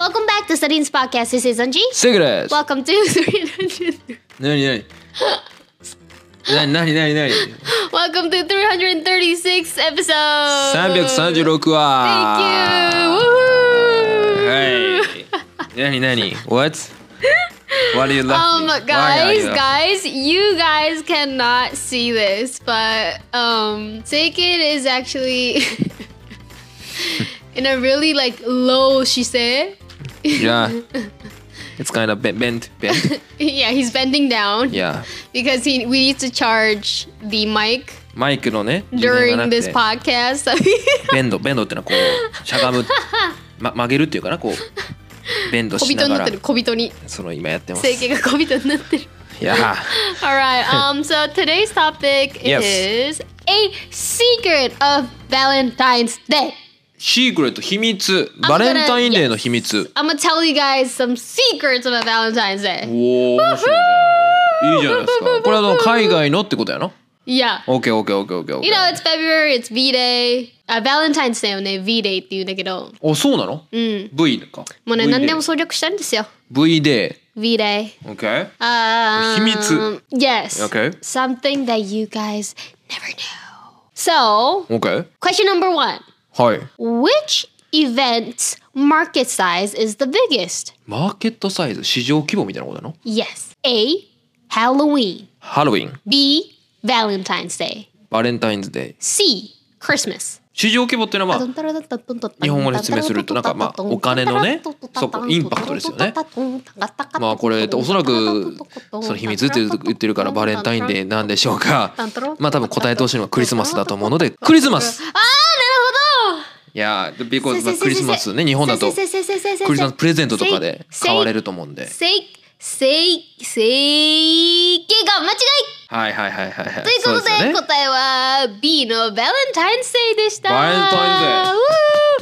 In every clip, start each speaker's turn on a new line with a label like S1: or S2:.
S1: Welcome back to Studying's podcast. This is Anji.
S2: セグです
S1: Welcome to 300.
S2: なにな になになになになに
S1: Welcome to 336 episodes.
S2: 336
S1: Thank
S2: 話
S1: you. Woohoo.
S2: はいなになに What? What are you laughing?
S1: Um,
S2: Why are
S1: guys,
S2: you-
S1: guys, you guys cannot see this, but um, Seiken is actually in a really like low shise.
S2: Yeah It's kind of bent bent bent
S1: yeah, he's bending down
S2: Yeah
S1: because he we need to charge the mic
S2: マイクのね
S1: during this
S2: パ
S1: podcast.
S2: ベンドベンドってのはこうしゃ がむ、ま、曲げるっていうかなこうベンド
S1: 小
S2: し
S1: 人
S2: な
S1: に
S2: が
S1: なっ
S2: ら
S1: てる小人に
S2: その今やってます
S1: 整形が小人になって る
S2: いや
S1: Alright, um, so today's topic
S2: Yes.
S1: is a secret of Valentine's Day.
S2: シークレット秘密
S1: I'm
S2: バレンタインデーの秘密、
S1: Gonna, yes. I'm gonna tell you guys some secrets about Valentine's Day.
S2: おお面白いじゃんいいじゃないですか これはあの海外のってことやな
S1: Yeah.
S2: オッケーオッケーオッケーオッケーオッケ
S1: You know,
S2: ー
S1: it's February, it's V Day. あ、Valentine's Day をね、V Day って言うんだけど、
S2: おそうなの、
S1: ん
S2: V か
S1: もうね、
S2: V
S1: 何でも省略したんですよ。
S2: V で
S1: V Day.
S2: OK
S1: 秘
S2: 秘密。
S1: Yes.
S2: Okay.
S1: Something that you guys never know. So,
S2: OK
S1: question number one.
S2: はい
S1: Which event's market size is the biggest?
S2: マーケットサイズ市場規模みたいなことなの
S1: Yes. A. Halloween.
S2: ハロウィン
S1: B. Valentine's Day.
S2: バレンタインズデー
S1: C. Christmas.
S2: 市場規模っていうのはまあ
S1: 日
S2: 日本語で説明するとなんかまあお金のねそこインパクトですよね。まあこれおそらくその秘密って言ってるからバレンタインデーなんでしょうかまあ多分答えてほしいのはクリスマスだと思うのでクリスマス
S1: ああ、なるほど
S2: いやー、
S1: せ
S2: because
S1: せせせ
S2: クリスマスね、日本だとク
S1: せ
S2: リ
S1: せせせせせ
S2: スマスプレゼントとかで
S1: せい
S2: 買われると思うんで。
S1: せいせいせいけが間違い
S2: はいはいはいはいはい。
S1: ということで
S2: そうすよね
S1: 答えは B のバレンタインデーでした
S2: バレンタ
S1: イン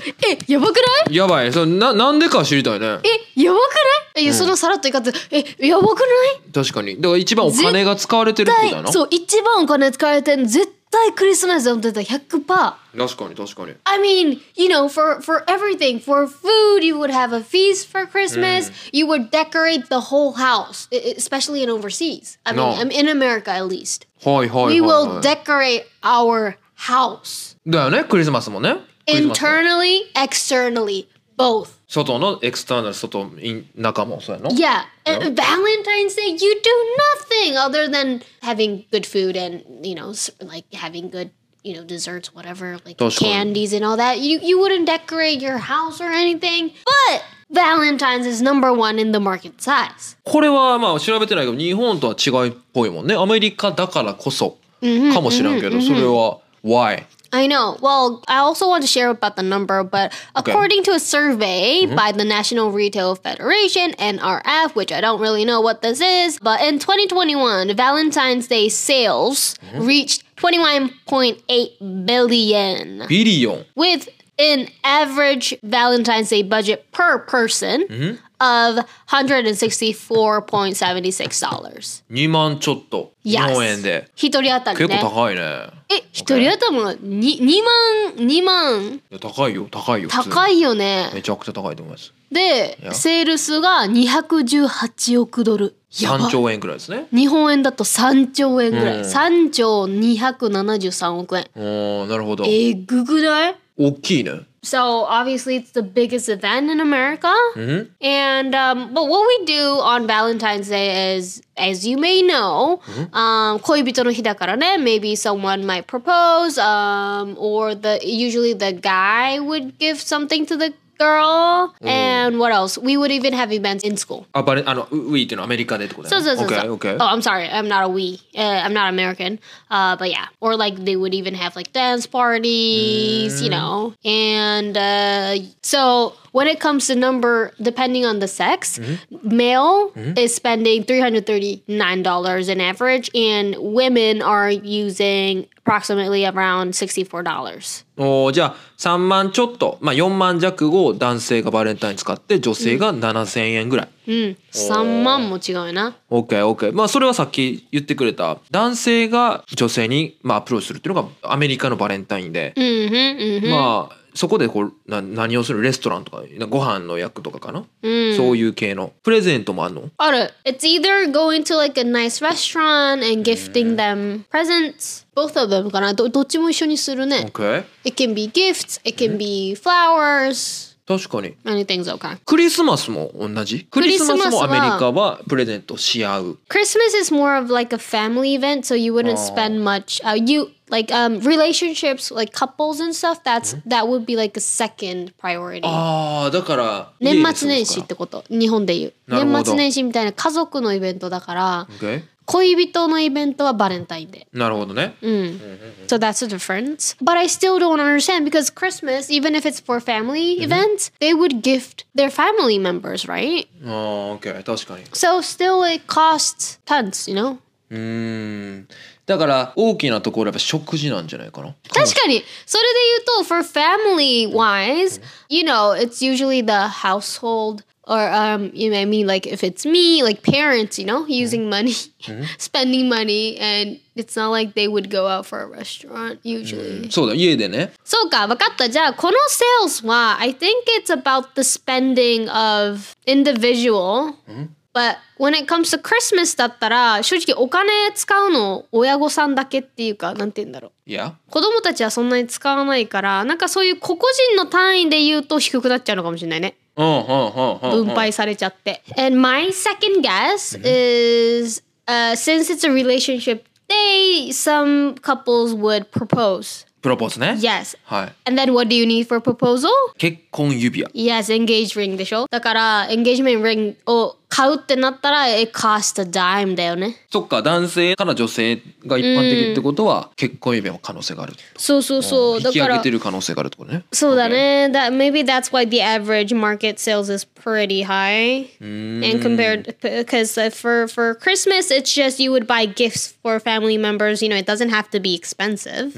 S1: デーえやばくない
S2: やばい、それななんでか知りたいね。
S1: えやばくないえ、そのさらっと言い方えやばくない
S2: 確かに。だから一番お金が使われてるってことだな。
S1: そう一番お金使われてるの絶対クリスマスだと思ってた100%
S2: 確かに確かに。
S1: I mean, you know, for for everything, for food, you would have a feast for Christmas. You would decorate the whole house, e- especially in overseas. I mean,
S2: No.
S1: I'm in America at least.
S2: はいはいはい、
S1: We will
S2: はい。
S1: decorate our house
S2: だよね、クリスマスもね。クリスマスも
S1: internally, externally, both.
S2: 外のエクスターナル、外、イン中もそうやの。
S1: Yeah. And Valentine's Day, you do nothing other than having good food and you know, s- like having good you know desserts, whatever, like
S2: Those kind.
S1: candies and all that. You you wouldn't decorate your house or anything. But Valentine's is number one in the market size.
S2: これはまあ調べてないけど、日本とは違いっぽいもんね。アメリカだからこそかもしれんけど、それは why?
S1: I know. Well, I also want to share about the number, but according to a survey by the National Retail Federation, NRF, which I don't really know what this is, but in 2021, Valentine's Day sales reached 21.8 billion,
S2: ビリオン。
S1: with an average Valentine's Day budget per person of 164.76 dollars.
S2: 2万ちょっと。日
S1: Yes. Eh,
S2: 本円で。
S1: 一人当たりね。
S2: 結構高いね。
S1: え、一人頭に2万、2万
S2: いや高いよ高いよ普通に
S1: 高いよね。
S2: めちゃくちゃ高いと思います
S1: で
S2: いや
S1: セールスが218億ドルやば
S2: 3兆円くらいですね
S1: 日本円だと3兆円ぐらい、
S2: うん
S1: 3兆273億円
S2: おーなるほど
S1: えぐくない
S2: 大きいね
S1: So obviously it's the biggest event in America
S2: うん
S1: and um, but what we do on Valentine's Day is as you may know、um, 恋人の日だからね maybe someone might propose um, or the usually the guy would give something to the girl and what else we would even have events in school
S2: あバレあのウウィーっていうのはアメリカでってことだ
S1: So,
S2: よ
S1: so, so, so.
S2: OK
S1: Oh,
S2: OK
S1: I'm sorry. I'm not a we. Uh, I'm not American. Uh, but yeah. Or like they would even have like dance parties, you know. And uh, so when it comes to number, depending on the sex, male is spending $339 in average, and women are using approximately around $64.
S2: おーじゃあ3万ちょっとまあ4万弱を男性がバレンタイン使って女性が7000円ぐらい
S1: 3万も違うな。
S2: OKOK まあそれはさっき言ってくれた男性が女性にまあアプローチするっていうのがアメリカのバレンタインで
S1: うんふん、うんふん。
S2: まあそこでこうな何をするレストランとかなご飯の役とかかな、
S1: Mm.
S2: そういう系のプレゼントもあるの
S1: Auto. It's either going to like a nice restaurant and
S2: Mm.
S1: gifting them presents. Both of them かな。どどっちも一緒にするね。
S2: OK
S1: It can be gifts. It
S2: Mm-hmm.
S1: can be flowers.
S2: 確かに
S1: Many things. Okay.
S2: クリスマスも同じクリスマスもアメリカはプレゼントし合う
S1: Christmas is more of like a family event, so you
S2: Oh.
S1: wouldn't spend much. Uh, you like um relationships, like couples and stuff. That's
S2: Mm-hmm.
S1: that would be like a second priority.
S2: ああだから家で
S1: 年
S2: 過ごす
S1: 末年始っ
S2: か
S1: てこと日本で言う
S2: なるほど
S1: 年末年始みたいな家族のイベントだから
S2: ら OK
S1: 恋人のイベントはバレンタインで
S2: なるほどね、
S1: So that's the difference. But I still don't understand because Christmas, even if it's for family events, they would gift their family members, right?
S2: ああ OK 確かに
S1: So still it costs tons, you know?
S2: うーんだから大きなところはやっぱ食事なんじゃないかな
S1: 確かにそれで言うと for family wise you know it's usually the household or um you know I mean like if it's me like parents you know using money spending money and it's not like they would go out for a restaurant usually
S2: そうだ家でね
S1: そうかわかったじゃあこの sales は I think it's about the spending of individual But when it comes to Christmas だったら正直お金使うの親御さんだけっていうかなんて言うんだろう
S2: いや
S1: 子供たちはそんなに使わないからなんかそういう個々人の単位で言うと低くなっちゃうのかもしれないね
S2: うんうんうんうんうん
S1: 分配されちゃって。And my second guess is、uh, since it's a relationship day some couples would propose
S2: プロポーズね
S1: yes
S2: はい
S1: and then what do you need for proposal?
S2: 結婚指輪
S1: Yes, engage ring でしょだから、エンゲージメントリングを買うってなったら、it cost a dime だよね。
S2: そっか男性から女性が一般的ってことは結婚指輪の可能性がある
S1: そうそうそう。
S2: 引
S1: だ
S2: き
S1: か
S2: 上げ
S1: ら
S2: て、る可能性があるってことね
S1: そうだね。That, maybe that's why the average market sales is pretty high.
S2: Mm.
S1: And compared, because for, for Christmas, it's just you would buy gifts for family members. You know, it doesn't have to be expensive,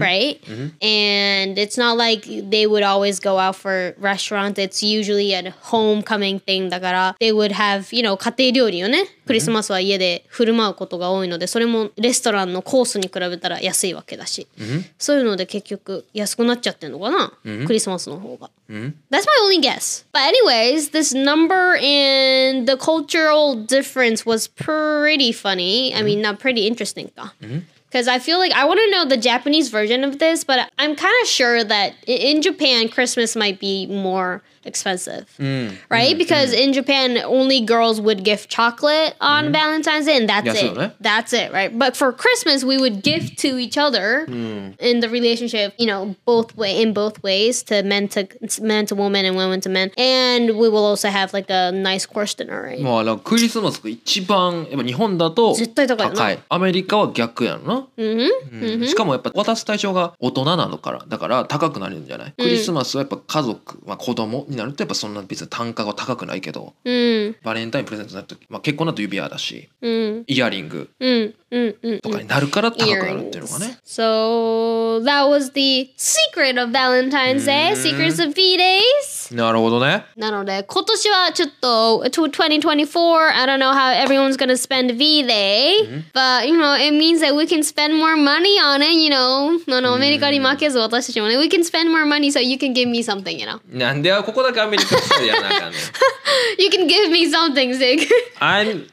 S1: right? And it's not like they would always go out for restaurants. It's usually a homecoming thing. だから、they would have, you know, 家庭料理をね、クリスマスは家で振る舞うことが多いので、それもレストランのコースに比べたら安いわけだし。そういうので結局安くなっちゃってんのかな、クリスマスの方が。That's my only guess. But anyways, this number and the cultural difference was pretty funny. I mean, not pretty interesting. Because I feel like I want to know the Japanese version of this, but I'm kind of sure that i- in Japan, Christmas might be more expensive. Right? Because in Japan, only girls would gift chocolate on Valentine's Day, and that's
S2: Yeah,
S1: it.
S2: so, right?
S1: That's it, right? But for Christmas, we would gift to each other in the relationship, you know, both way in both ways to men to men to women and women to men, and we will also have like a nice course dinner, right?
S2: まあなんかクリスマスが一番やっぱ日本だと
S1: 絶対高いよな
S2: アメリカは逆やんな、うんしかもやっぱ渡す対象が大人なのからだから高くなるんじゃない、クリスマスはやっぱ家族、まあ、子供になるとやっぱそんな別に単価が高くないけどバレンタインプレゼントになると、まあ、結婚だと指輪だし、イヤリングとかになるから高くなるっていうのがね、
S1: Earrings. So that was the secret of Valentine's Day, secrets of V days.
S2: なるほどね
S1: なので今年はちょっとと2024 I don't know how everyone's gonna spend V Day、but
S2: Mm-hmm.
S1: you know it means that we can spend more money on it you know あのア
S2: Mm-hmm.
S1: メリカに負けず私たちもね we can spend more money so you can give me something you know
S2: なんでここだけアメリカ人でやらなあかんねん
S1: you can give me something Zig
S2: I'm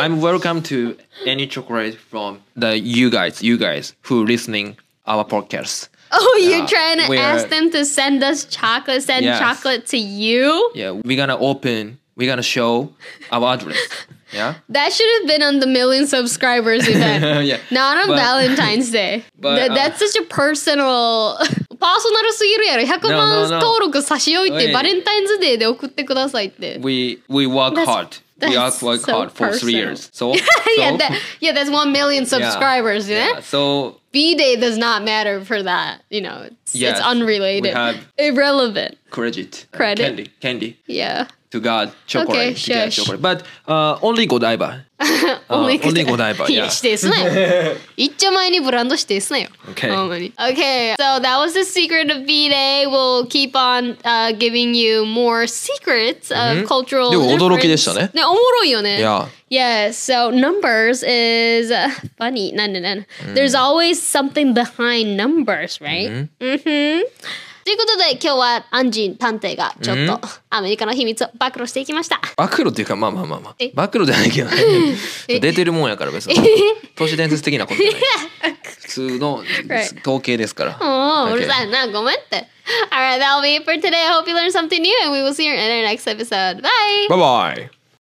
S2: I'm welcome to any chocolate from the you guys, you guys who listening our podcast.
S1: oh
S2: Yeah,
S1: you're trying to
S2: we are-
S1: ask them to send us chocolate send
S2: Yes.
S1: chocolate to you
S2: Yeah, we're gonna open, we're gonna show our address. Yeah,
S1: that should have been on the million subscribers event
S2: yeah.
S1: Not on
S2: But-
S1: Valentine's Day.
S2: But,
S1: That-
S2: uh,
S1: that's such a personal. パーソナルすぎるやろ。100
S2: No, no,
S1: 万
S2: no.
S1: 登録差し置いて
S2: Wait.
S1: バレンタインズデーで送ってくださいって。
S2: we we work
S1: That's-
S2: hard. We work
S1: that's
S2: work
S1: so
S2: hard for three
S1: personal.
S2: years. So,
S1: yeah,
S2: so-
S1: that, yeah, that's 1 million subscribers. Yeah.
S2: yeah, so
S1: B Day does not matter for that. You know, it's,
S2: Yes,
S1: it's unrelated.
S2: we have-
S1: Irrelevant.
S2: credit, uh,
S1: Credit.
S2: candy, candy
S1: Yeah.
S2: to God,
S1: Okay,
S2: chocolate, to God,
S1: shush.
S2: chocolate. But uh, only Godiva.
S1: Only
S2: only Godiva,
S1: いや、
S2: yeah.
S1: 指定すな よ。一丁前にブランド指定すなよ。
S2: Okay.
S1: ほんまに Okay, so that was the secret of V-Day. We'll keep on、uh, giving you more secrets of cultural
S2: でも
S1: difference.
S2: 驚きでしたね
S1: ね、おもろいよね。
S2: Yeah.
S1: Yeah, so numbers is uh, funny. No, no, no. There's always something behind numbers, right? Mm-hmm. ということで今日はアンジン探偵がちょっ
S2: うん
S1: とアメリカの秘密を暴露していきま した。
S2: 暴露っていうかまあまあまあまあ
S1: え
S2: 暴露じゃないけど ね
S1: え
S2: 出てるもんやから別に都市伝説的なことじゃない普通 の
S1: Right.
S2: 統計ですから
S1: Oh,
S2: Okay.
S1: okay. Alright, that'll be it for today. I hope you learned something new and we will see you in our next episode. Bye!
S2: バイバイ